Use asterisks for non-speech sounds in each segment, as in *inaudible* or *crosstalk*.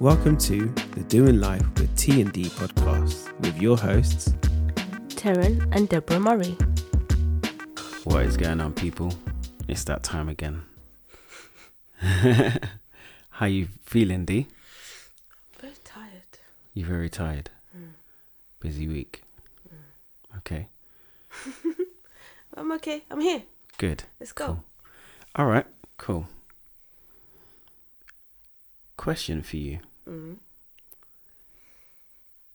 Welcome to the Doing Life with T and D podcast with your hosts. Taryn and Deborah Murray. What is going on, people? It's that time again. *laughs* How you feeling, D? Very tired. You very tired? Mm. Busy week. Okay, I'm okay. I'm here. good. Let's go. Cool. All right, cool. Question for you: Mm.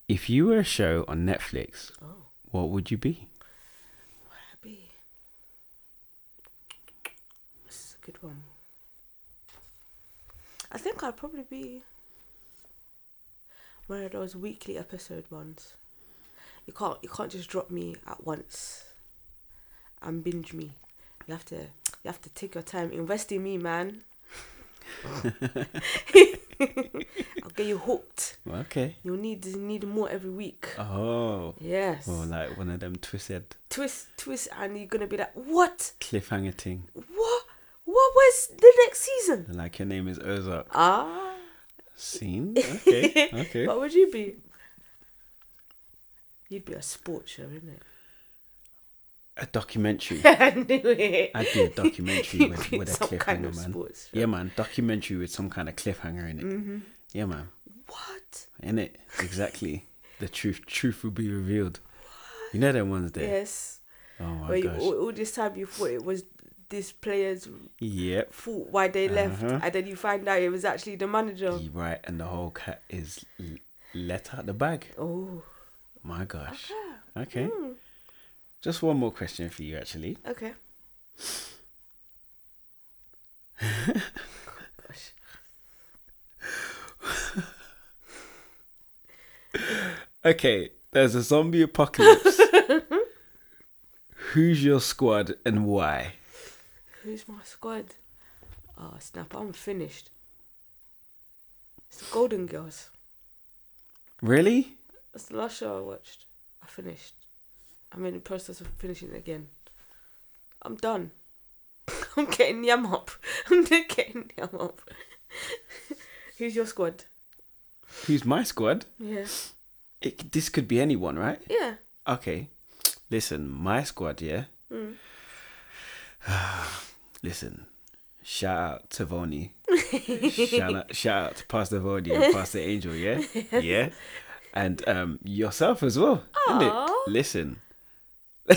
If you were a show on Netflix, Oh, what would you be? happy. This is a good one. I think I'd probably be one of those weekly episode ones. You can't you can't just drop me at once and binge me. You have to you have to take your time. Invest in me, *laughs* man. I'll get you hooked. Okay. You'll need need more every week. Oh, Yes. or like one of them twisted twist, twist, and you're gonna be like, what, cliffhanger thing. what, what was the next season? Like your name is Ozark. Ah. *laughs* Scene. Okay. Okay. what would you be? You'd be a sports show, isn't *laughs* it? a documentary. I knew it. I'd *laughs* do a documentary You'd with, be with a some cliffhanger, kind of man. sports show. Mm-hmm. Yeah, man. Documentary with some kind of cliffhanger in it. Yeah, man. What? In it. Exactly. the truth. Truth will be revealed. You know them ones there. Yes. Oh my Where you, gosh. all, all this time you thought it was this player's Yep. fault why they left, Uh-huh. and then you find out it was actually the manager. You Right, and the whole cat is l- let out the bag. Oh. My gosh. Okay. Mm. Just one more question for you, actually. *laughs* Okay. Gosh. Okay, there's a zombie *laughs* apocalypse. Who's your squad and why? Who's my squad? Oh snap, I'm finished. It's the Golden Girls. Really? That's the last show I watched. I finished. I'm in the process of finishing it again. I'm done. *laughs* I'm getting yam up. *laughs* I'm getting yam up. *laughs* Who's your squad? Who's my squad? Yeah. It, this could be anyone, right? Yeah. Okay. Listen, my squad, yeah? Mm. *sighs* Listen, shout out to *laughs* Voni. shout, out, shout out to Pastor Voni and Pastor Angel, *laughs* yeah? Yeah? And um, yourself as well, innit? Aw. Listen,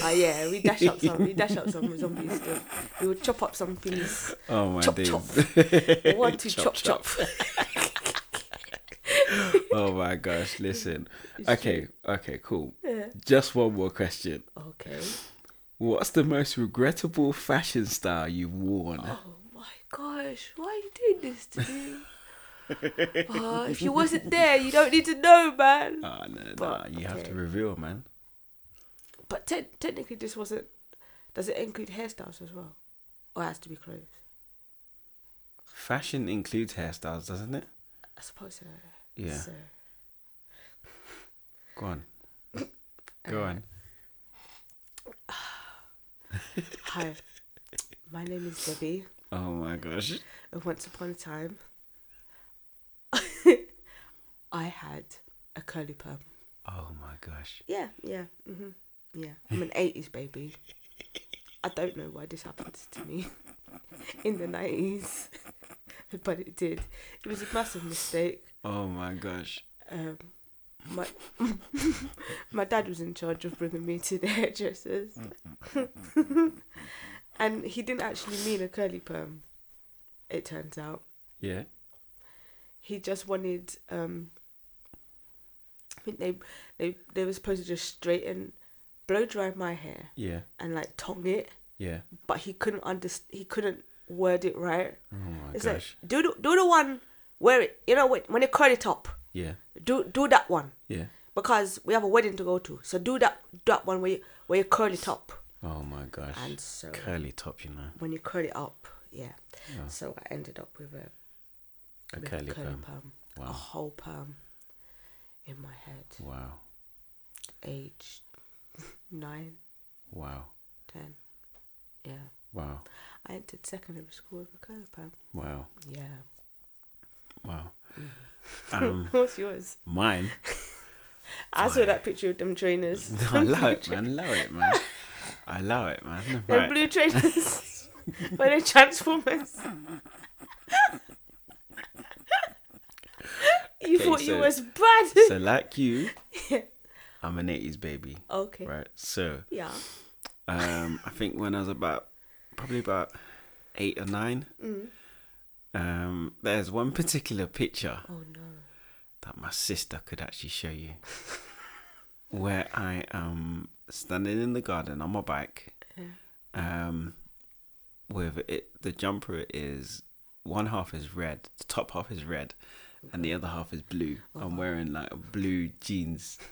Ah yeah, we dash up some we dash up some zombies stuff. We will chop up some *laughs* things. oh my Chop, days. chop. One two Chop, chop chop. oh my gosh, *laughs* listen. Okay, okay, cool. Yeah. Just one more question. Okay. What's the most regrettable fashion style you've worn? Oh my gosh, why are you doing this to me? Ah, if you wasn't there, you don't need to know, man. Ah, no, no, But, you have okay. to reveal, man. But te- technically, this wasn't. Does it include hairstyles as well, or it has to be clothes? Fashion includes hairstyles, doesn't it? I suppose so. Yeah. So, Go *coughs* on. Go on. hi, my name is Debbie. Oh my gosh. And once upon a time, *laughs* I had a curly perm. Oh my gosh. Yeah, yeah, hmm yeah. I'm an eighties baby. I don't know why this happened to me *laughs* in the nineties, *laughs* but it did. It was a massive mistake. Oh my gosh. Um, my *laughs* my dad was in charge of bringing me to the *laughs* hairdressers, and he didn't actually mean a curly perm. It turns out Yeah. he just wanted um I think they they they were supposed to just straighten blow dry my hair Yeah. and like tongue it Yeah. but he couldn't understand he couldn't word it right Oh my it's gosh. like do the, do the one where it you know when, when you curl it up Yeah. do do that one Yeah. because we have a wedding to go to so do that that one where you, where you curl it up Oh my gosh. and so Curly top, you know. when you curl it up yeah Yeah. so I ended up with a A with Oh. curly a curly perm. perm. Wow. A whole perm in my head. Wow. Age *laughs* nine, Wow. ten. Yeah. Wow. I entered secondary school with a curly perm. Wow. Yeah. Wow. Um, *laughs* What's yours? mine. *laughs* I saw fine. that picture of them *laughs* trainers. I allow it, man. Allow it, man. I allow it, man. Them Right. blue *laughs* trainers. Were they Transformers? you Okay, thought you so- was bad. *laughs* So, like you, I'm an 80s baby, *laughs* okay. right? So, Yeah. um, I think when I was about probably about eight or nine, um, there's one particular picture Oh no. that my sister could actually show you *laughs* where I am standing in the garden on my bike. Um, with it, the jumper is one half is red, the top half is red, and the other half is blue. I'm wearing like blue jeans. *laughs*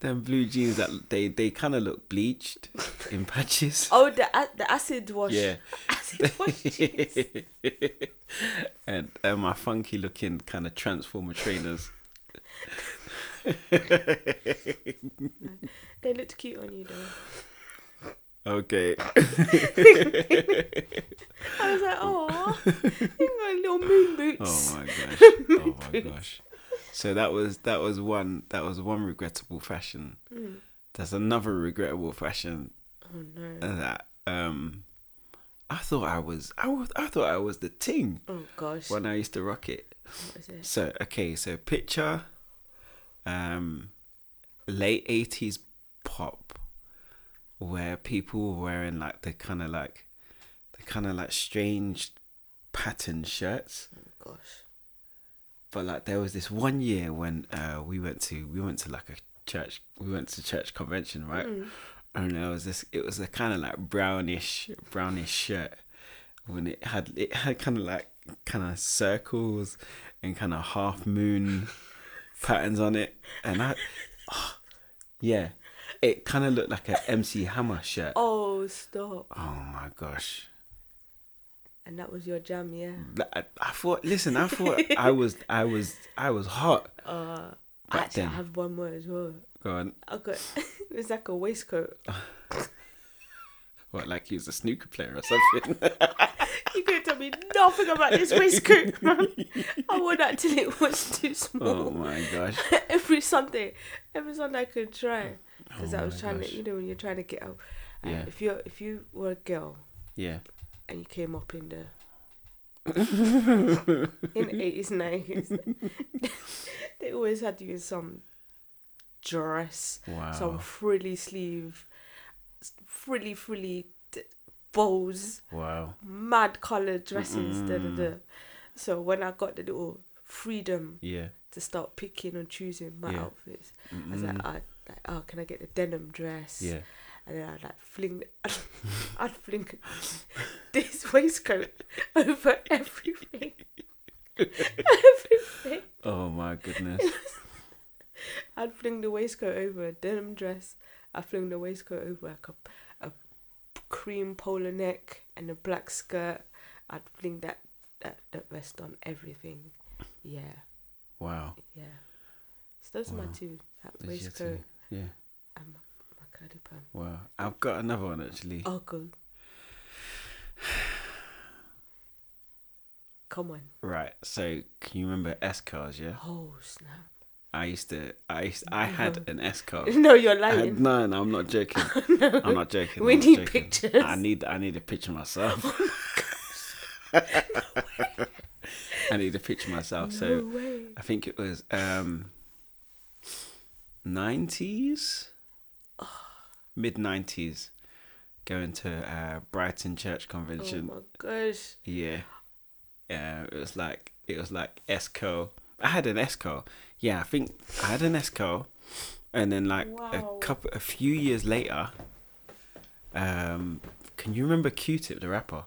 Them blue jeans that they, they kind of look bleached in patches. Oh, the a- the acid wash. Yeah. *laughs* Acid *laughs* wash. jeans. and and my funky looking kind of transformer trainers. they looked cute on you though. Okay. I was like, oh, *laughs* you got little moon boots. Oh my gosh. *laughs* Oh my gosh. So that was that was one that was one regrettable fashion. There's another regrettable fashion oh no. that um I thought I was I was I thought I was the ting Oh gosh. when I used to rock it. What is it? So okay, so picture um late eighties pop where people were wearing like the kind of like the kind of like strange pattern shirts. Oh gosh. But like there was this one year when uh we went to we went to like a church we went to church convention, right? And there was this it was a kind of like brownish brownish shirt when it had it had kind of like kind of circles and kind of half moon patterns on it and I oh, yeah it kind of looked like a MC Hammer shirt. Oh stop. Oh my gosh. And that was your jam, yeah. Like, I, I thought listen, I thought I was I was I was hot. Uh, Back actually, I then. have one more as well. Go on. I got *laughs* it was like a waistcoat. What, like he was a snooker player or something? You couldn't tell me nothing about this *laughs* waistcoat, man. I wore that till *laughs* it was *laughs* too oh small. my gosh. *laughs* every Sunday, every Sunday I could try because Oh I was my trying gosh. to, you know, when you're trying to get out. Uh, Yeah. If you if you were a girl *laughs* Yeah. and you came up in *laughs* the in the eighties nineties, *laughs* they always had you in some dress. Wow. some frilly sleeve, s- frilly frilly d- bows, wow. mad color dresses. Da, da, da. So when I got the little freedom Yeah. to start picking and choosing my Yeah. Mm. outfits, I was like, I, like, oh, can I get the denim dress? Yeah. And then I'd like fling, *laughs* *laughs* I'd fling *laughs* this waistcoat *laughs* over everything. everything. Oh my *laughs* goodness. I'd fling the waistcoat over a denim dress. I fling the waistcoat over like a, a cream polo neck and a black skirt. I'd fling that, that, that vest on everything. Yeah, Wow. yeah. So those are my Wow. two. That That's your waistcoat thing. Yeah. and my, my curly pant. Wow. I've got another one actually. Oh, good. *sighs* Come on. Right. So can you remember S cars? Yeah. Oh, snap. *laughs* I used to. I used, I had an S *laughs* car. No, you're I lying. had, no, no, I'm not *laughs* joking. I'm not joking. *laughs* We I'm not need joking. pictures. *laughs* I need. I need a picture *laughs* myself. I need a picture myself. so no way. I think it was um 90s mid 90s going to uh Brighton Church Oh, convention my gosh. yeah uh, it was like it was like Esco I had an Esco yeah I think I had an Esco and then like Wow. a couple a few years later um can you remember Q-Tip the rapper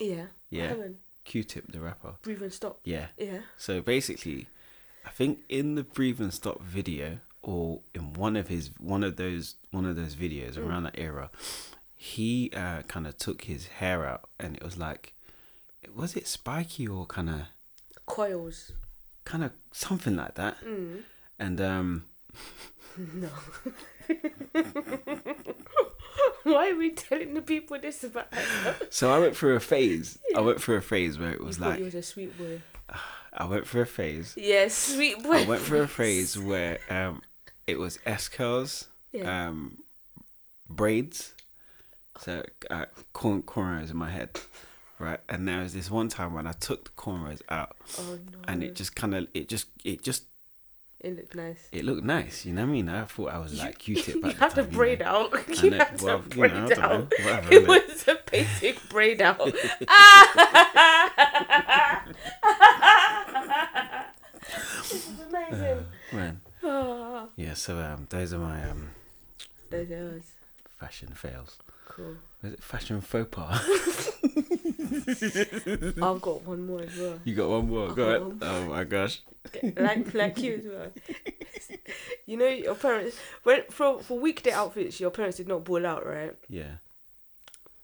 Yeah. Yeah. Heaven. Q-Tip the rapper Breathe and stop. yeah Yeah. So basically, I think in the breathe and stop video, or in one of his one of those one of those videos Hmm. around that era, he uh, kind of took his hair out, and it was like, was it spiky or kind of Coils. Mm. kind of something like that? And um, No. *laughs* Why are we telling the people this about us? so I went through a phase. I went through a phase where it was you thought like, you was a sweet boy. I went for a *laughs* phase. Yes, sweet I boy. went for a phase where um, it was S curls, *laughs* Yeah. um, braids, so uh, corn cornrows in my head, *laughs* right? And there was this one time when I took the cornrows out, oh no. and it just kind of it just it just It looked nice. it looked nice. You know what I mean? I thought I was like Q-tip. *laughs* You at the had time, to you know? braid out. *laughs* You know, had well, you know, to I braid don't know, out. *laughs* whatever, it innit? was a basic *laughs* braid out. this is amazing. Man, Ah. yeah. So um, those are my um Those hours. fashion fails. Cool. Was it fashion faux pas? *laughs* I've got one more as *laughs* well. you got one more. I've Go got ahead. one Oh my gosh. like like you as well. *laughs* You know your parents when for for weekday outfits your parents did not ball out right, Yeah.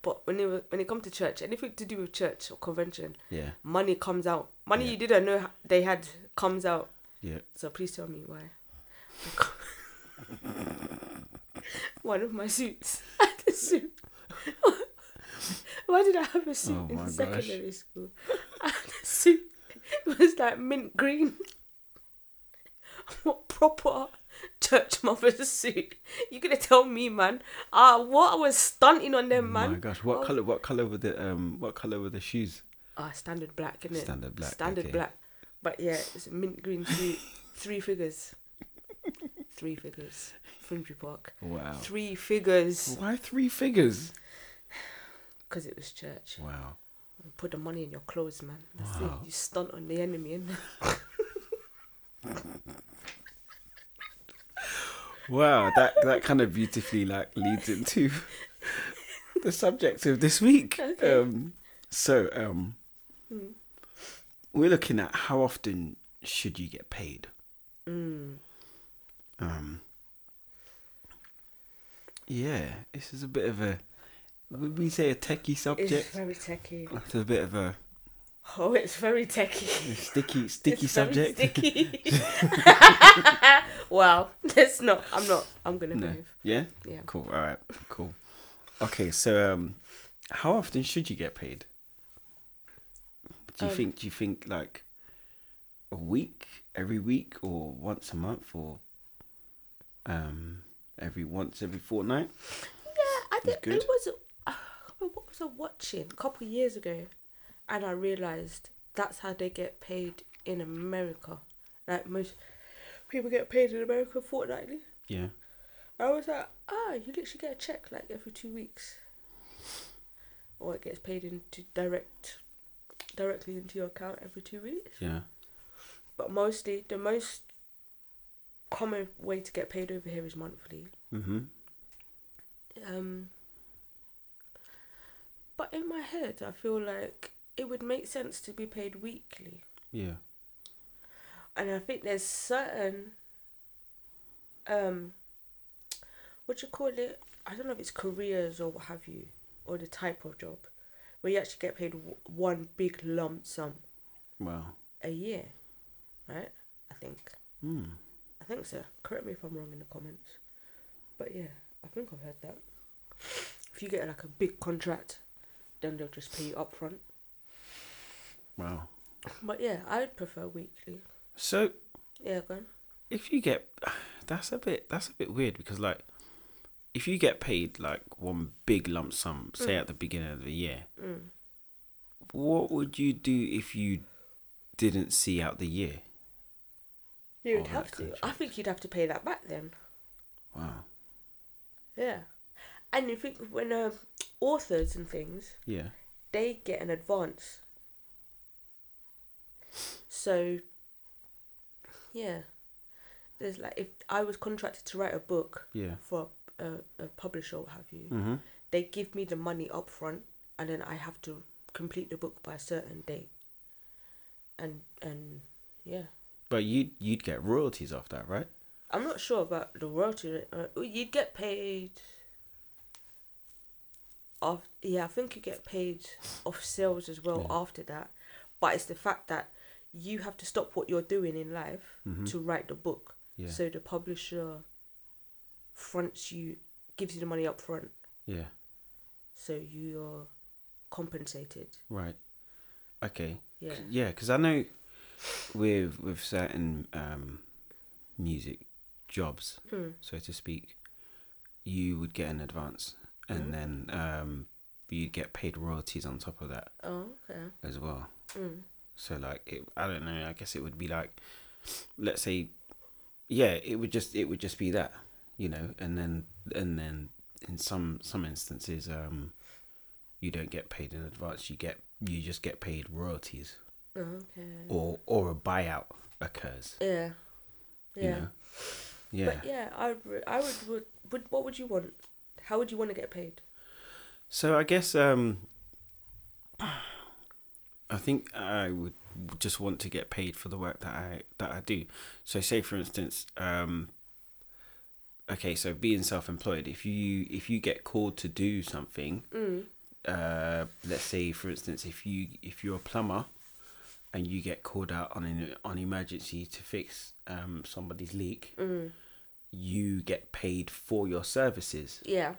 but when they were, when it come to church anything to do with church or convention Yeah. money comes out money Yeah. you didn't know ha- they had comes out Yeah. so please tell me why. *laughs* One of my suits *laughs* I had a suit. Why did I have a suit Oh my in gosh. secondary school? *laughs* I had a suit. It was like mint green. *laughs* What proper church mother's suit? You gonna tell me, man? Ah, what I was stunting on them, Oh my man. gosh. What Oh. color? What color were the um? What color were the shoes? Ah, standard black, innit? Standard black, Standard okay. black. But yeah, it's a mint green suit. Three figures. Three figures. Finsbury Park. Wow. Three figures. Why three figures? Because it was church. Wow. Put the money in your clothes, man. That's Wow. it. You stunt on the enemy, and Wow. That that kind of beautifully like leads *laughs* into the subject of this week. Okay. Hmm. Um. So um. We're looking at how often should you get paid? Mm. Um. Yeah, this is a bit of a. Would we say a techie It's subject? very techie. It's a bit of a Oh, it's very techie. sticky, sticky *laughs* It's very subject. sticky. *laughs* *laughs* well, *laughs* that's not. I'm not. I'm gonna No. move. Yeah. Yeah. Cool. All right. Cool. Okay. So, um, how often should you get paid? Do you Um, think? Do you think like a week, every week, or once a month, or um, every once every fortnight? Yeah, I think good. it was. Uh, what was I watching a couple of years ago? And I realized that's how they get paid in America. Like most people get paid in America fortnightly. Yeah. I was like, ah, you literally get a check like every two weeks, or it gets paid into direct, directly into your account every two weeks. Yeah. But mostly, the most common way to get paid over here is monthly. Mhm. Um, but in my head, I feel like it would make sense to be paid weekly, Yeah. and I think there's certain, um, what you call it? I don't know if it's careers or what have you, or the type of job, where you actually get paid w- one big lump sum Wow. a year, right? I think. Hmm. I think so. Correct me if I'm wrong in the comments. But yeah, I think I've heard that. If you get like a big contract, then they'll just pay you up front. Wow. But yeah, I'd prefer weekly. So Yeah, go on. if you get, that's a bit that's a bit weird because like, if you get paid like one big lump sum, say at the beginning of the year, Mm. what would you do if you didn't see out the year? You'd Oh, that have to. I think you'd have to pay that back then. Wow. Yeah. And you think when um, authors and things, Yeah. they get an advance. So, yeah. There's like, if I was contracted to write a book, Yeah. for a, a publisher or what have you, Mhm. they give me the money up front and then I have to complete the book by a certain date. And and yeah. But you you'd get royalties off that, right? I'm not sure about the royalty rate. uh, oh, You'd get paid off yeah, I think you get paid off sales as well Yeah. after that. But it's the fact that you have to stop what you're doing in life to write the book. Hmm. Mm-hmm. Yeah. So the publisher fronts you gives you the money up front. Yeah. so you're compensated. Right. Okay. Yeah. Yeah, because I know with with certain um, music jobs, Hmm. so to speak, you would get an advance, Mm-hmm. and then um, you'd get paid royalties on top of that Oh, okay. as well. Mm. So like, it, I don't know. I guess it would be like, let's say, yeah, it would just it would just be that, you know, and then and then in some some instances, um, you don't get paid in advance. You get you just get paid royalties, Oh, okay. or or a buyout occurs. Yeah. Yeah. You know? Yeah. But yeah, I would, re- I would, would, would, what would you want? How would you want to get paid? So I guess um I think I would just want to get paid for the work that I that I do. So say for instance, um okay, so being self-employed, if you if you get called to do something, Mm. uh let's say for instance if you if you're a plumber and you get called out on an on emergency to fix um somebody's leak, Mm. you get paid for your services Yeah.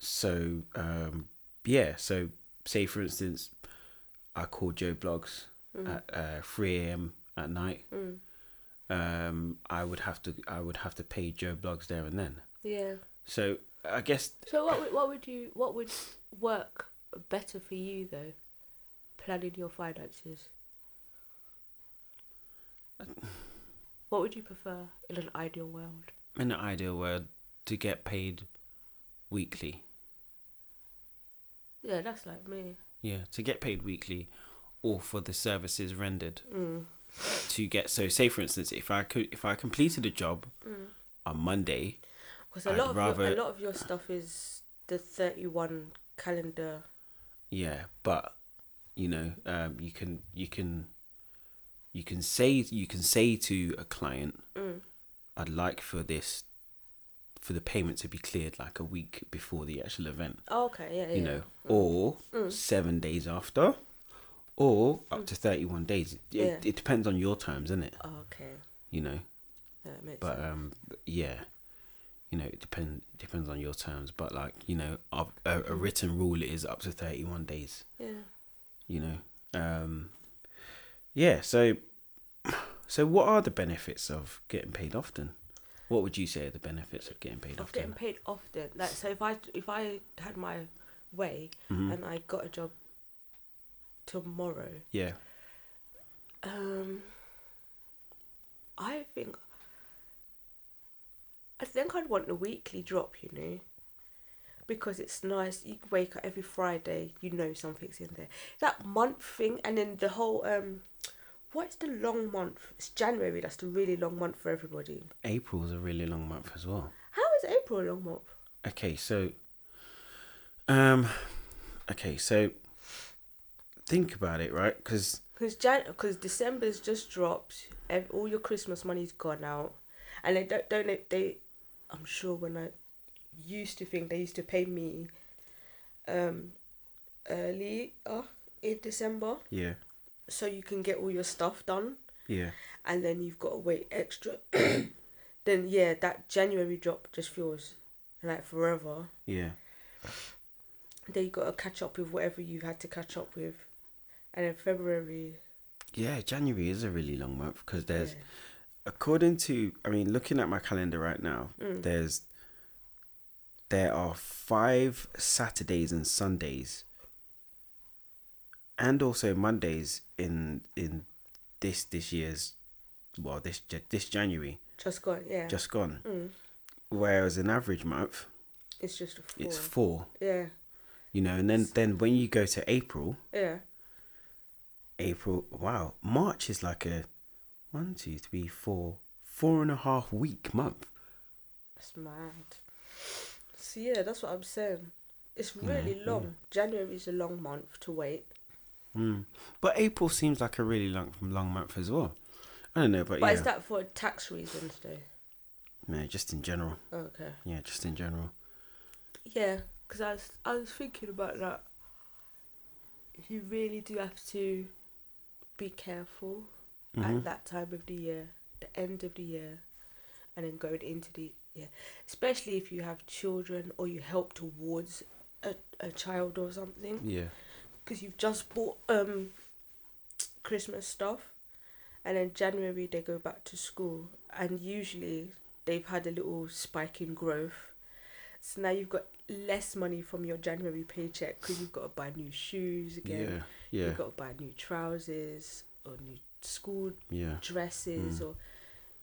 so um yeah so say for instance i called joe blogs at uh, 3 a.m at night Mm. um i would have to i would have to pay joe blogs there and then Yeah. so i guess So what would, what would you what would work better for you though? Planning your *sighs* finances. What would you prefer in an ideal world? in an ideal world to get paid weekly Yeah, that's like me. yeah to get paid weekly or for the services rendered Mm. to get so say for instance if i could if i completed a job Mm. on monday Because a I'd lot of your, rather- a lot of your stuff is the thirty one calendar. Yeah, but you know, um, you can you can you can say you can say to a client, Mm. "I'd like for this for the payment to be cleared like a week before the actual event," Oh, okay, yeah, Mm. yeah. you know, or seven days after, or up to thirty-one days. It, Mm. Yeah. it depends on your terms, isn't it? Oh, okay, You know, yeah, it makes but sense. um, yeah, you know, it depend depends on your terms. But like you know, a, a, Mm. a written rule is up to thirty-one days Yeah. you know um yeah so so what are the benefits of getting paid often what would you say are the benefits of getting paid of often getting paid often. Like so, if I if I had my way Mm-hmm. Mm. and I got a job tomorrow, yeah um, I think I think I'd want the weekly drop. You know, because it's nice. You can wake up every Friday. You know something's in there. That month thing, and then the whole um, what's the long month? It's January. That's the really long month for everybody. april's a really long month as well How is April a long month? okay so um okay so think about it right because Because Jan, because December's just dropped. ev- All your Christmas money's gone out, and they don't don't they, they I'm sure when I used to think they used to pay me um early uh, in December, yeah so you can get all your stuff done, yeah and then you've got to wait extra. *coughs* then yeah, that January drop just feels like forever. yeah Then you got to catch up with whatever you had to catch up with, and then February. yeah january is a really long month because there's yeah. according to i mean looking at my calendar right now Mm. there's there are five saturdays and sundays and also mondays in in this this year's well this Ja- this january Just gone, yeah. just gone Mm. whereas an average month It's just a four. it's four yeah, you know and then then when you go to april yeah. april wow march is like a one two three four four and a half week month That's mad. So yeah, that's what I'm saying. It's really long. January is a long month to wait. Mm. But April seems like a really long long month as well. I don't know, but, But yeah, is that for tax reasons though? no, just in general. Okay. Yeah, just in general. Yeah, because I was I was thinking about that. You really do have to be careful Mhm. at that time of the year, the end of the year, and then going into the year, especially if you have children or you help towards a, a child or something. Yeah, because you've just bought um Christmas stuff, and then January they go back to school, and usually they've had a little spike in growth. So now you've got less money from your January paycheck because you've got to buy new shoes again. yeah, yeah, You've got to buy new trousers or new school yeah, dresses Mm. or.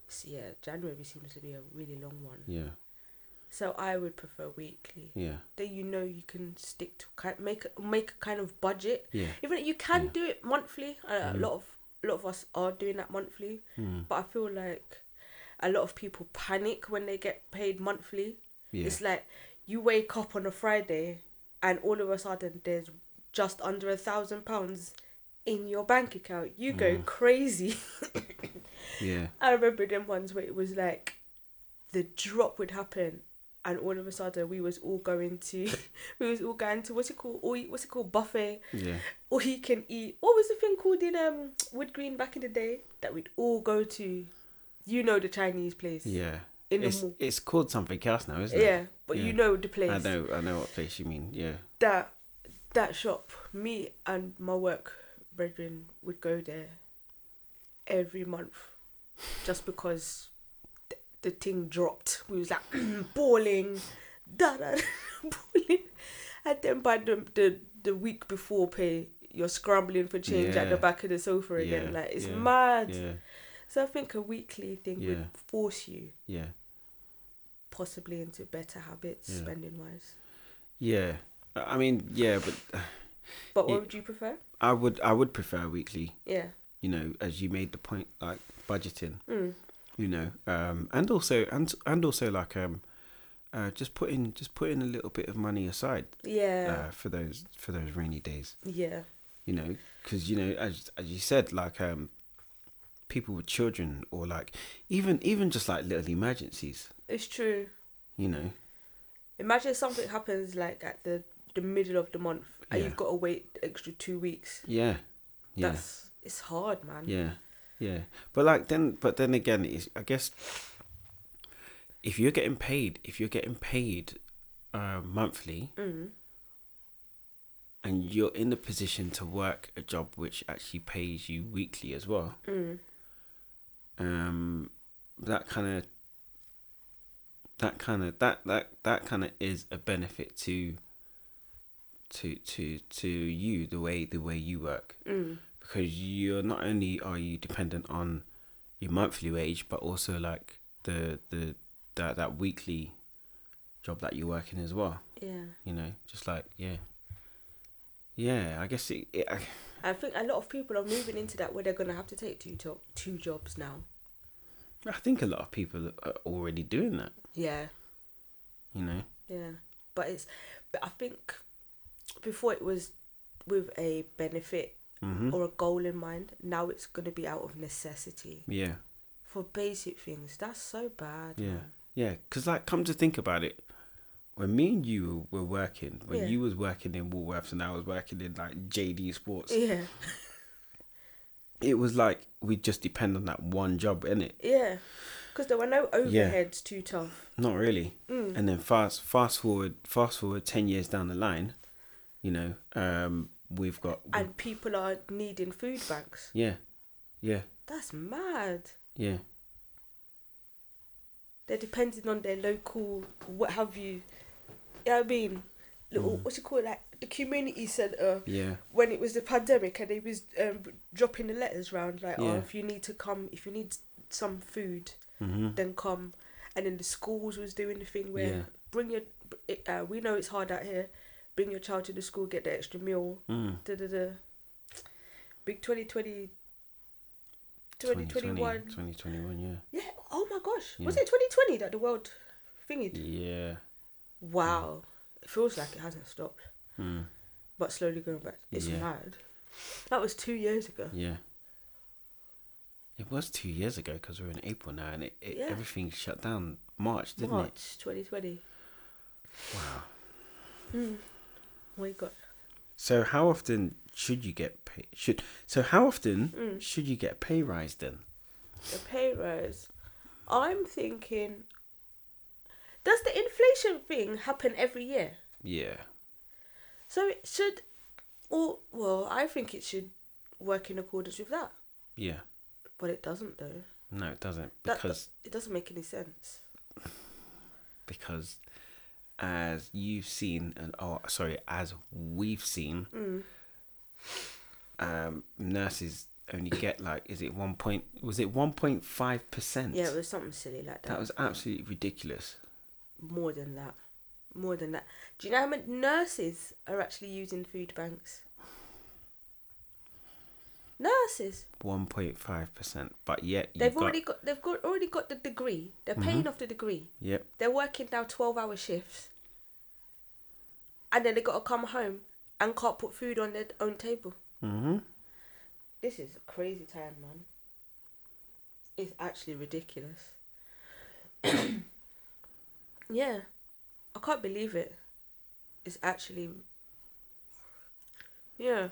So yeah, January seems to be a really long one. yeah, So I would prefer weekly. yeah, That you know you can stick to ki- make make a kind of budget. yeah. Even you can Yeah. do it monthly. Uh, A lot of a lot of us are doing that monthly, Mm. but I feel like a lot of people panic when they get paid monthly. Yeah. It's like you wake up on a Friday and all of a sudden there's just under a thousand pounds in your bank account. You go Hmm. crazy. *laughs* yeah. I remember them ones where it was like the drop would happen and all of a sudden we was all going to *laughs* we was all going to what's it called all you, what's it called buffet Yeah. or you can eat what was the thing called in um wood green back in the day that we'd all go to you know the chinese place Yeah. In the it's mall. it's called something else now, isn't it? yeah but Yeah. you know the place I know I know what place you mean. Yeah. that that shop, me and my work brethren would go there every month, just because th- the thing dropped. We was like *clears throat* balling, da da, *laughs* balling, and then by the the the week before pay, you're scrambling for change at the Yeah. back of the sofa again. Yeah, Like it's yeah, mad. Yeah. So I think a weekly thing would Yeah. force you Yeah. possibly into better habits Yeah. spending wise. Yeah. I I mean, yeah, but But what Yeah. would you prefer? I would I would prefer weekly, Yeah. you know, as you made the point like budgeting, Mm. you know. Um and also and and also like um uh just putting just putting a little bit of money aside Yeah. uh, for those for those rainy days, yeah. you know, cuz you know as as you said like um people with children or like even even just like little emergencies, It's true. you know. Imagine something happens like at the the middle of the month Yeah. and you've got to wait the extra two weeks. Yeah. Yeah. That's it's hard, man. Yeah, yeah. But like then, but then again, it's, I guess if you're getting paid, if you're getting paid uh, monthly, Mm. and you're in the position to work a job which actually pays you weekly as well, Mm. um, that kind of that kind of that that that kind of is a benefit to to to to you the way the way you work Mm. because you're not only are you dependent on your monthly wage but also like the the that, that weekly job that you're working as well Yeah. you know just like yeah yeah i guess it, it I, I think a lot of people are moving into that where they're gonna have to take two to- two jobs now. I think a lot of people are already doing that Yeah. you know Yeah. But it's but I think before it was with a benefit hmm or a goal in mind, now it's gonna be out of necessity. yeah For basic things. That's so bad. yeah man. yeah because like come to think about it when me and you were working when Yeah. you was working in woolworths and i was working in like jd sports Yeah. it was like we just depend on that one job in it Yeah, because there were no overheads Yeah. too tough. Not really. Mm. And then fast fast forward fast forward ten years down the line, you know, um, we've got And people are needing food banks. yeah, yeah, That's mad. yeah, They're depending on their local, what have you. Yeah, I mean, little, Mm. what's it called? Like the community centre yeah, when it was the pandemic and they was um, dropping the letters round like, oh, Yeah. if you need to come, if you need some food, mm-hmm. then come. And then the schools was doing the thing where Yeah. bring your, it, uh, we know it's hard out here, bring your child to the school, get the extra meal. mm. da, da, da. big 2020 2020, 2021 2021, yeah oh my gosh was Yeah. it 2020 that the world thingied yeah, yeah, wow it feels like it hasn't stopped mm. but slowly going back it's Yeah. mad that was two years ago yeah. It was two years ago because we're in April now, and it, it Yeah. everything shut down March, didn't march 2020 it? Wow. mm. my god So how often should you get pay? Should so how often Mm. should you get pay rise then? the pay rise i'm thinking does the inflation thing happen every year Yeah. so it should or well i think it should work in accordance with that Yeah. But But it doesn't though. No, it doesn't That- because It doesn't make any sense. because as you've seen and oh sorry as we've seen Mm. um nurses only get like is it one point was it 1.5 percent Yeah, it was something silly like that. that was absolutely ridiculous more than that. More than that. Do you know how many nurses are actually using food banks? Nurses. 1.5 percent but yet you've They've got- Mm-hmm. already got they've got already got the degree. They're paying off the degree. yep They're working now twelve hour shifts. And then they gotta come home and can't put food on their own table. mm-hmm. This is a crazy time, man. It's actually ridiculous. *coughs* yeah. I can't believe it. It's actually. Yeah.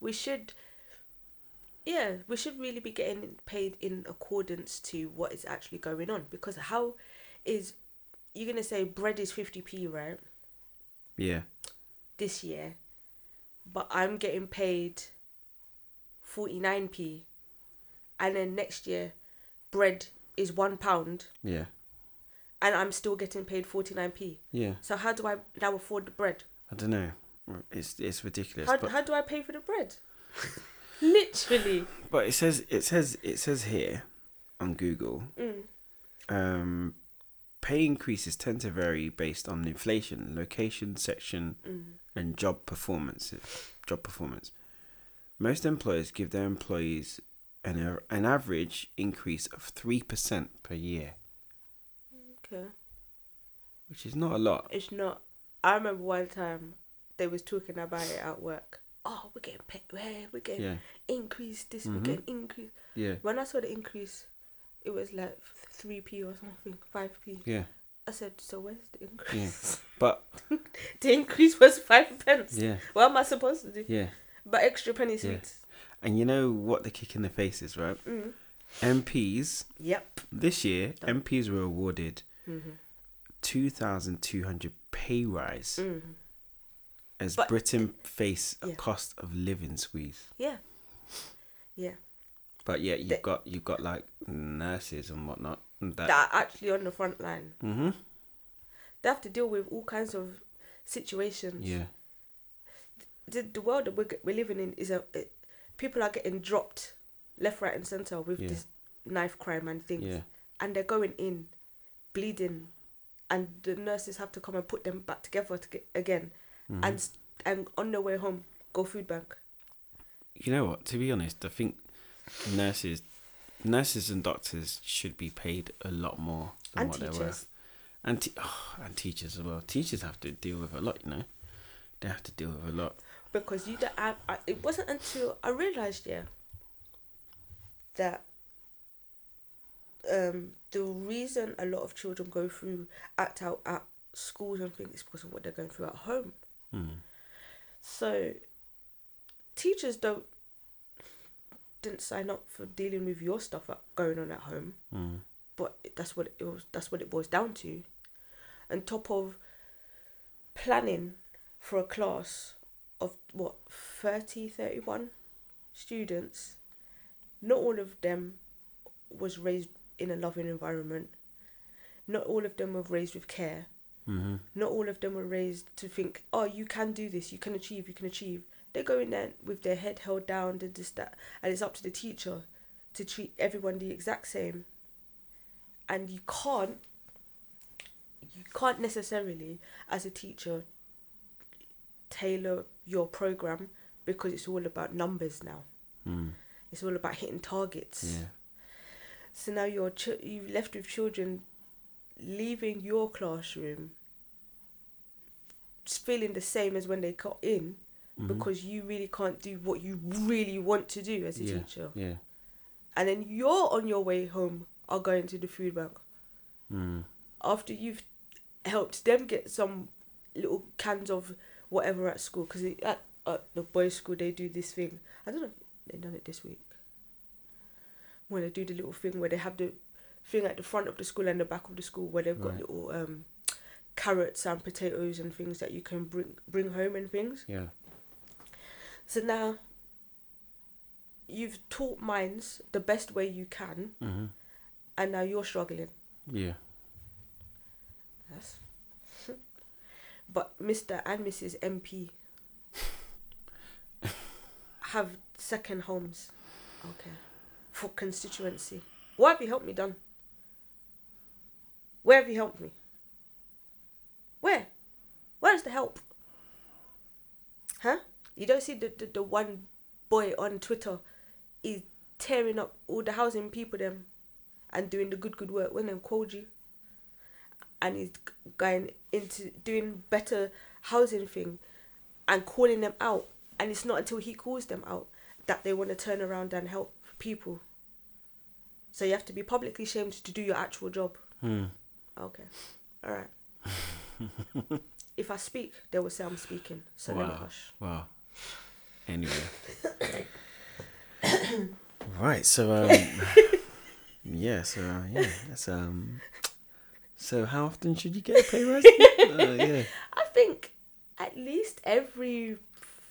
We should. Yeah, we should really be getting paid in accordance to what is actually going on because how is. You're going to say bread is 50p, right? yeah this year, but I'm getting paid 49p, and then next year, bread is one pound, yeah and I'm still getting paid 49p. yeah So how do I now afford the bread? i don't know it's it's ridiculous How, but how do I pay for *laughs* the bread? Literally. but it says it says it says here on google Mm. um pay increases tend to vary based on inflation location section Mm. and job performance job performance most employers give their employees an, an average increase of 3% per year Okay. which is not a lot It's not. I remember one time they was talking about it at work. Oh, we're getting paid. We're we're getting yeah increased. This we're Mhm. getting increased. yeah When I saw the increase, it was like three p or something, five p. yeah I said, so where's the increase? but *laughs* the increase was five pence. yeah What am I supposed to do? yeah But extra penny Yeah. sweets. and you know what the kick in the face is right Mm. mps Yep. this year Oh. mps were awarded Mm-hmm. 2200 pay rise Mm. as But- britain face a Yeah. cost of living squeeze Yeah. Yeah. but yeah you've The- got you've got like nurses and whatnot and that, That are actually on the front line. mm-hmm. They have to deal with all kinds of situations. yeah The, the world that we're, g- we're living in is a. It, people are getting dropped left, right, and centre with Yeah. this knife crime and things. yeah And they're going in, bleeding, and the nurses have to come and put them back together to get, again. Mm-hmm. and s- and on the way home go food bank. you know what to be honest i think nurses nurses and doctors should be paid a lot more than And what they were teachers. and te- oh, and teachers as well teachers have to deal with a lot you know they have to deal with a lot because you don't have, I, it wasn't until I realized yeah that um the reason a lot of children go through act out at schools and things is because of what they're going through at home. mm. So teachers don't didn't sign up for dealing with your stuff at, going on at home. Mm. but that's what it was that's what it boils down to and top of planning for a class of what 30 31 students not all of them was raised in a loving environment not all of them were raised with care Mm-hmm. not all of them were raised to think oh you can do this you can achieve you can achieve they go in there with their head held down did this that and it's up to the teacher to treat everyone the exact same and you can't you can't necessarily as a teacher tailor your program because it's all about numbers now Mm. it's all about hitting targets yeah so now you're ch- you left with children leaving your classroom s- feeling the same as when they got in mm-hmm. because you really can't do what you really want to do as a yeah teacher. yeah And then you're on your way home are going to the food bank mm. after you've helped them get some little cans of whatever at school because at, at the boys' school they do this thing. I don't know if they've done it this week. When they do the little thing where they have the thing at the front of the school and the back of the school where they've got Right. little um, carrots and potatoes and things that you can bring bring home and things. yeah So now you've taught minds the best way you can, Mhm. and now you're struggling. Yeah. Yes. *laughs* but Mr. and Mrs. MP have second homes. Okay. For constituency. What have you helped me done? Where have you helped me? Where? Where's the help? Huh? You don't see the, the, the one boy on Twitter is tearing up all the housing people them and doing the good good work when they called you and he's going into doing better housing thing and calling them out and it's not until he calls them out that they want to turn around and help people so you have to be publicly shamed to do your actual job Hmm. okay all *laughs* right if i speak they will say i'm speaking so let me Wow. hush Wow. Anyway. *coughs* right. So um. *laughs* yeah. So uh, yeah. That's um. So how often should you get a pay rise? uh, yeah. i think at least every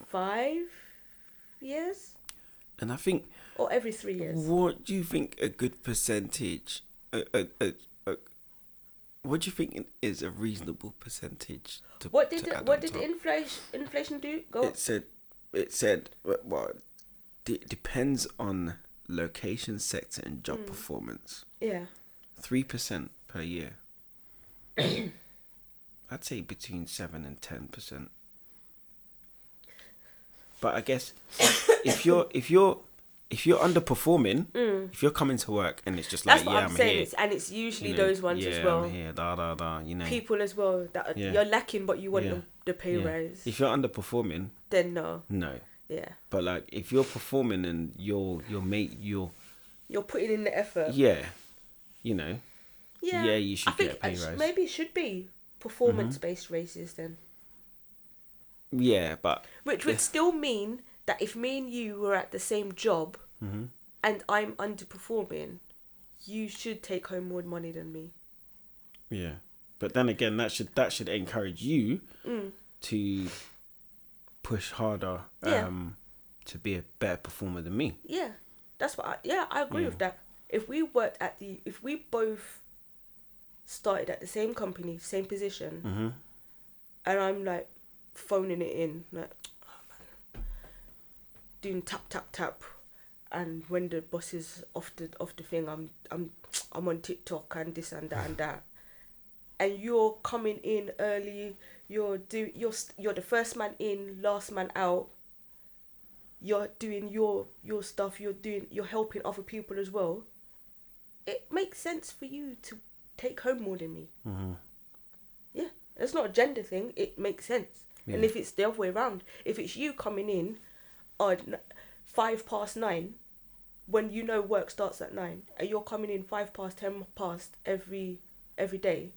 five years And I think or every three years What do you think a good percentage? A, a, a, a, what do you think is a reasonable percentage? To, what did to the, add what on did top? the inflation inflation do go up? It said. It said. Well, it depends on location, sector, and job Hmm. performance. yeah Three percent per year. *coughs* I'd say between seven and ten percent. But I guess *coughs* if you're if you're if you're underperforming, if you're coming to work and it's just like yeah, Mm. That's what I'm, I'm, saying. here, It's, and it's usually you know, those ones yeah, as well. I'm here, da da da. You know, People as well that are, Yeah. you're lacking, but you want Yeah. the, the pay yeah. rise. If you're underperforming, Then no, no. yeah, But like if you're performing and you're you're mate you're you're putting in the effort. yeah, you know Yeah, yeah, you should I think get a pay it sh- rise. Mm-hmm. Maybe it should be performance-based raises then, yeah, but which would still mean that if me and you were at the same job Mm-hmm. and I'm underperforming, you should take home more money than me. Yeah, but then again, that should that should encourage you Mm. to push harder Yeah. um, to be a better performer than me. Yeah, that's what. I, yeah, I agree with that. If we worked at the, if we both started at the same company, same position, and I'm like phoning it in, like oh, man. doing tap tap tap, and when the boss is off the off the thing, I'm I'm I'm on TikTok and this and that and that, and you're coming in early. You're do you're st- you're the first man in, last man out you're doing your your stuff you're doing you're helping other people as well it makes sense for you to take home more than me Mhm. yeah it's not a gender thing it makes sense and Yeah. if it's the other way around if it's you coming in on n- five past nine when you know work starts at nine and you're coming in five past ten past every every day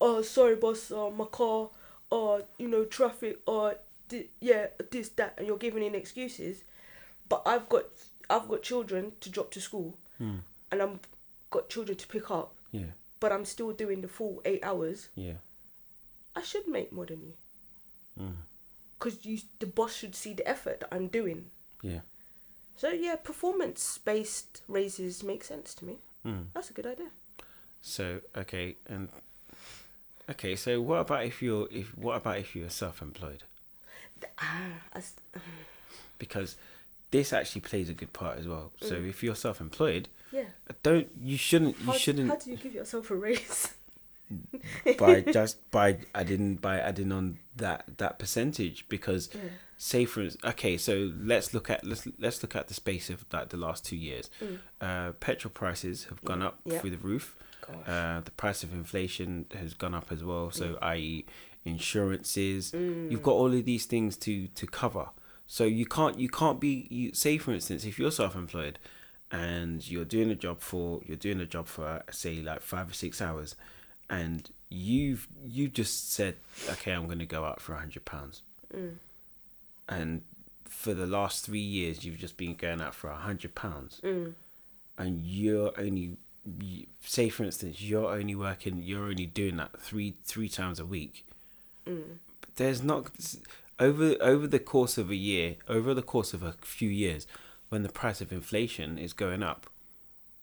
oh sorry boss uh, my car or you know traffic or thi- yeah this that and you're giving in excuses but i've got i've got children to drop to school Hmm. and i've got children to pick up Yeah, but i'm still doing the full eight hours yeah, i should make more than you Hmm. because you the boss should see the effort that i'm doing yeah. so yeah performance based raises make sense to me Hmm. that's a good idea So okay, and okay. So what about if you're if what about if you're self-employed? Th- ah, I s- Because this actually plays a good part as well. So if you're self-employed, yeah don't you shouldn't you Mm. how, shouldn't how do you give yourself a raise by just by I didn't by adding on that that percentage because Yeah. say for ins- okay so let's look at let's let's look at the space of like the last two years uh petrol prices have gone up Yeah. through the roof *laughs* Gosh. uh the price of inflation has gone up as well so i.e insurances you've got all of these things to to cover so you can't you can't be you say for instance if you're self-employed and you're doing a job for you're doing a job for say like five or six hours and you've you just said okay i'm going to go out for a hundred pounds and for the last three years you've just been going out for a hundred pounds and you're only you, say for instance you're only working you're only doing that three three times a week Mm. But there's not over over the course of a year over the course of a few years when the price of inflation is going up,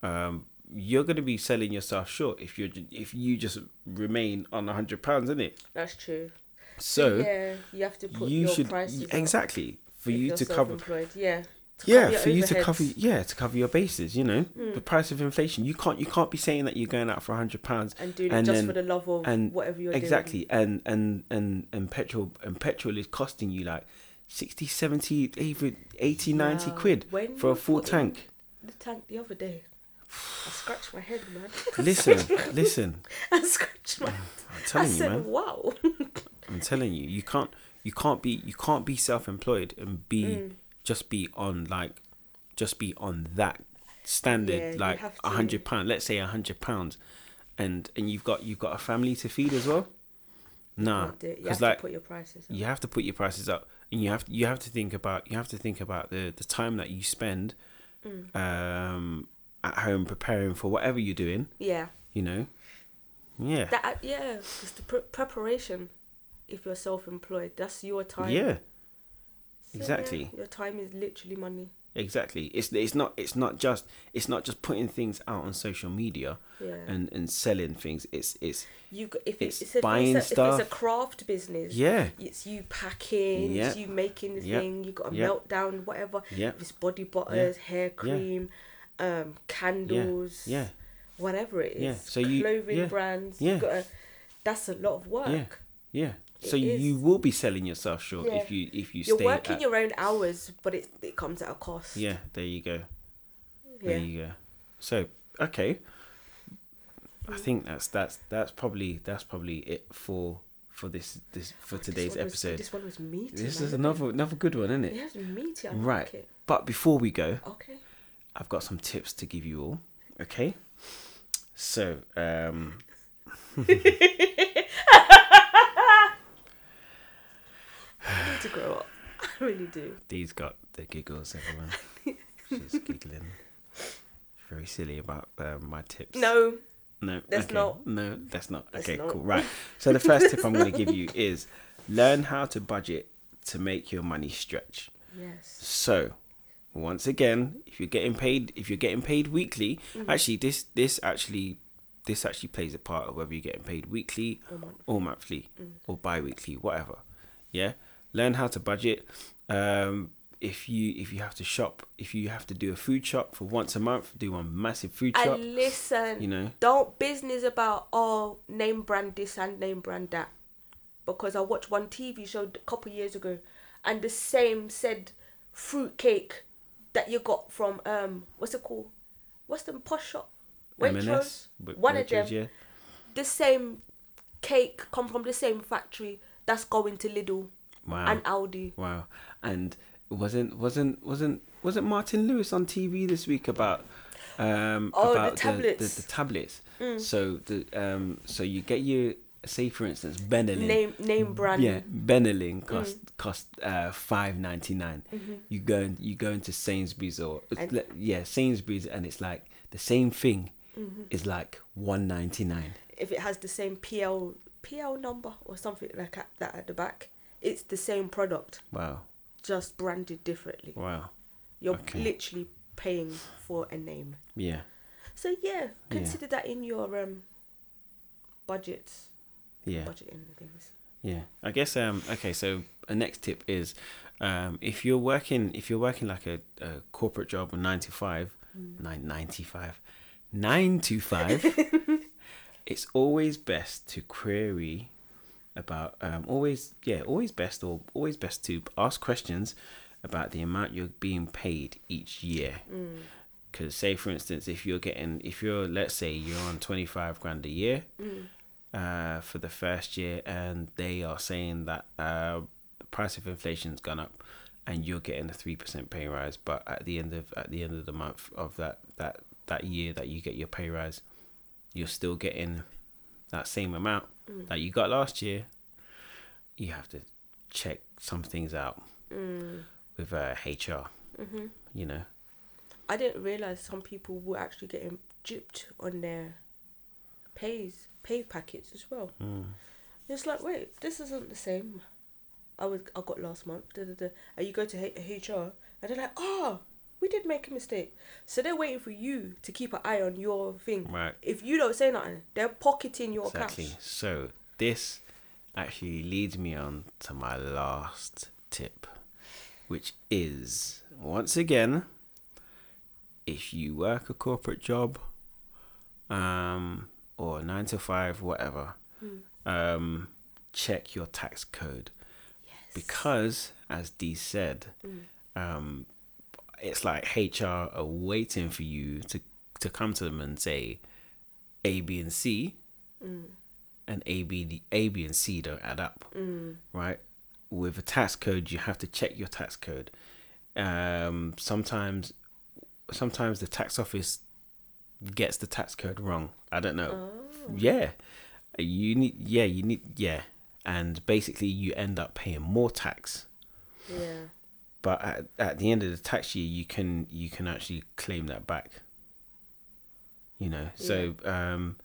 um, you're going to be selling yourself short if you're ju- if you just remain on a hundred pounds, isn't it? That's true. So yeah, you have to put you your should prices up exactly for if you you're to cover. self-employed. Yeah. To Yeah, cover your for you to overheads. Hmm. cover yeah to cover your bases. You know the price of inflation. You can't you can't be saying that you're going out for a hundred pounds and doing and it just then- for the love of and whatever you're doing. exactly and and and and petrol and petrol is costing you like 60 70 even 80 90 Wow. quid When for a you full put in- *laughs* tank The tank the other day. *sighs* I scratched my head, man. *laughs* listen listen I scratched my. i'm I telling you said, man "Wow." i'm telling you you can't you can't be you can't be self-employed and be Mm. just be on like just be on that Yeah, standard you like have a to. hundred pound let's say a hundred pounds and and you've got you've got a family to feed as well *laughs* nah Can't do it. You because have like to put your prices. Up. you have to put your prices up and you have you have to think about you have to think about the the time that you spend Mm. um at home preparing for whatever you're doing Yeah. you know yeah That uh, yeah, it's the pre- preparation. If you're self-employed, that's your time. yeah So, yeah, exactly. your time is literally money. exactly it's it's not it's not just it's not just putting things out on social media Yeah. and and selling things it's it's you g- if it's, It's if it's buying a, If stuff. it's a craft business, yeah it's you packing, Yep. it's you making the Yep. thing. You got a Yep. meltdown, whatever. Yep. If it's body butters, hair cream, um, candles, yeah whatever it is. Yeah, so you- clothing yeah, brands. yeah. You got to, that's a lot of work. yeah yeah so It you, is. you will be selling yourself short Yeah. if you if you You're stay working at- your own hours, but it it comes at a cost. yeah there you go There Yeah. you go. So okay, I think that's that's that's probably that's probably it for for this this for This today's one was- episode. This one was meaty. This man. is another another good one, isn't It it? has meaty. I like right. it. But before we go, Okay. I've got some tips to give you all. Okay. So um, I need to grow up. *laughs* I really *sighs* do. Dee's got the giggles, *laughs* everyone. She's giggling. Very silly about uh, my tips. No. No, That's okay. not- No, that's not. That's okay, not. cool. Right. So the first tip I'm going to give *laughs* you is learn how to budget to make your money stretch. Yes. So, once again, if you're getting paid, if you're getting paid weekly, Mm-hmm. actually this this actually this actually plays a part of whether you're getting paid weekly or monthly or, Mm. bi-weekly, whatever. Yeah. Learn how to budget. Um if you if you have to shop, if you have to do a food shop for once a month, do one massive food shop. And listen. You know. Don't business about oh name brand this and name brand that, because I watched one TV show a couple years ago, and the same said fruitcake that you got from um what's it called, what's the posh shop, Waitrose, M&S, Wa- one Waitrose, of them. yeah. The same cake come from the same factory that's going to Lidl Wow. and Aldi. Wow. And wasn't wasn't wasn't wasn't Martin Lewis on TV this week about um Oh, the about tablets. Mm. The, the, tablets. So the um so you get your say for instance Benelin. Name name brand. Mm. Yeah, Benelin cost cost uh five You go in- you go into Sainsbury's or Mm-hmm. And- le- yeah Sainsbury's and it's like the same thing Mm-hmm. is like one ninety nine. if it has the same PL PL number or something like at- that at the back, it's the same product, Wow, just branded differently. wow, You're Okay. literally paying for a name. yeah, So yeah, consider that in your um budgets, yeah. budgeting things. Yeah, I guess. Um, okay, so a next tip is, um, if you're working, if you're working like a, a corporate job or nine to five, nine ninety five, nine to five, it's always best to query about um, always yeah always best or always best to ask questions about the amount you're being paid each year. Because say for instance, if you're getting if you're let's say you're on twenty five grand a year uh, for the first year, and they are saying that uh, the price of inflation's gone up, and you're getting a three percent pay rise. But at the end of at the end of the month of that that that year that you get your pay rise, you're still getting that same amount that you got last year. You have to check some things out with uh, HR. You know, I didn't realize some people were actually getting gypped on their pays pay packets as well. Hmm. It's like, wait, this isn't the same. I was I got last month. Da, da, da. And you go to H- HR and they're like, oh, we did make a mistake. So they're waiting for you to keep an eye on your thing. Right. If you don't say nothing, they're pocketing your Exactly. cash. So this actually leads me on to my last tip, which is once again, if you work a corporate job, um, or nine to five, whatever, Hmm. um, check your tax code because, as Dee said, Hmm. um, it's like HR are waiting for you to to come to them and say A, B, and C, and A, B, D- A, B, and C don't add up, right? With a tax code, you have to check your tax code. Um, sometimes, sometimes the tax office gets the tax code wrong. I don't Oh, know. Yeah, you need. Yeah, you need. Yeah, and basically, you end up paying more tax Yeah. but at, at the end of the tax year you can you can actually claim that back you know so um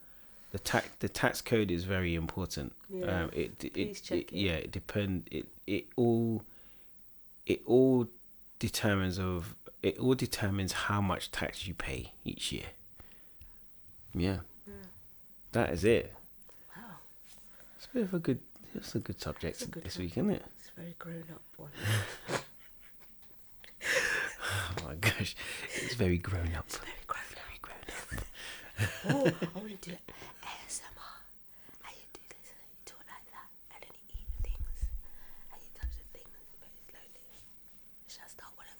the tax the tax code is very important Yeah. um it it, Please it, check it. yeah it depend it it all it all determines of it all determines how much tax you pay each year yeah that is it Wow. it's a bit of a good it's a good subject It's a good this one. week isn't it *laughs* It's a very grown up one. *laughs* oh my gosh it's very grown up Very grown very grown up Oh, I want to do it. ASMR. How you do this and you talk like that and then you eat things and you touch the things very slowly. Should I start one of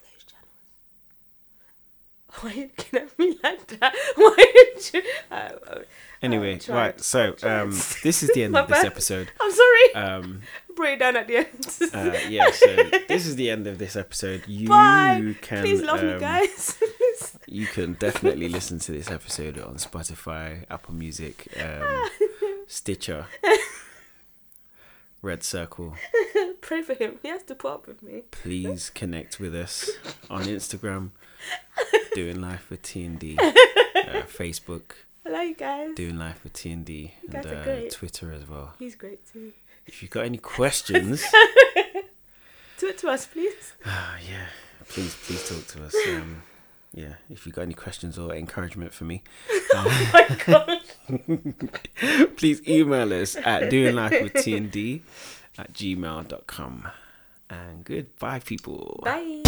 those channels? *laughs* Why are you looking at me like that? *laughs* Why did you? Uh, uh, Anyway, try right. it. So Try um, it. this is the end My of this bad. episode. I'm sorry. *laughs* Um, Break it down at the end. *laughs* uh, yeah. So this is the end of this episode. You Bye. can Please love me, um, guys. *laughs* You can definitely listen to this episode on Spotify, Apple Music, *laughs* um, Stitcher, Red Circle. Pray for him. He has to put up with me. Please connect with us on Instagram. Doing life with T and D, uh, Facebook. I love you guys. Doing life with T and D, guys and are uh, great. Twitter as well. He's great too. If you've got any questions. Talk to us, please. *laughs* Ah, yeah. Please, please talk to us. Um, yeah, if you've got any questions or encouragement for me, My God. please email us at doing life with TND at gmail.com. And goodbye, people. Bye.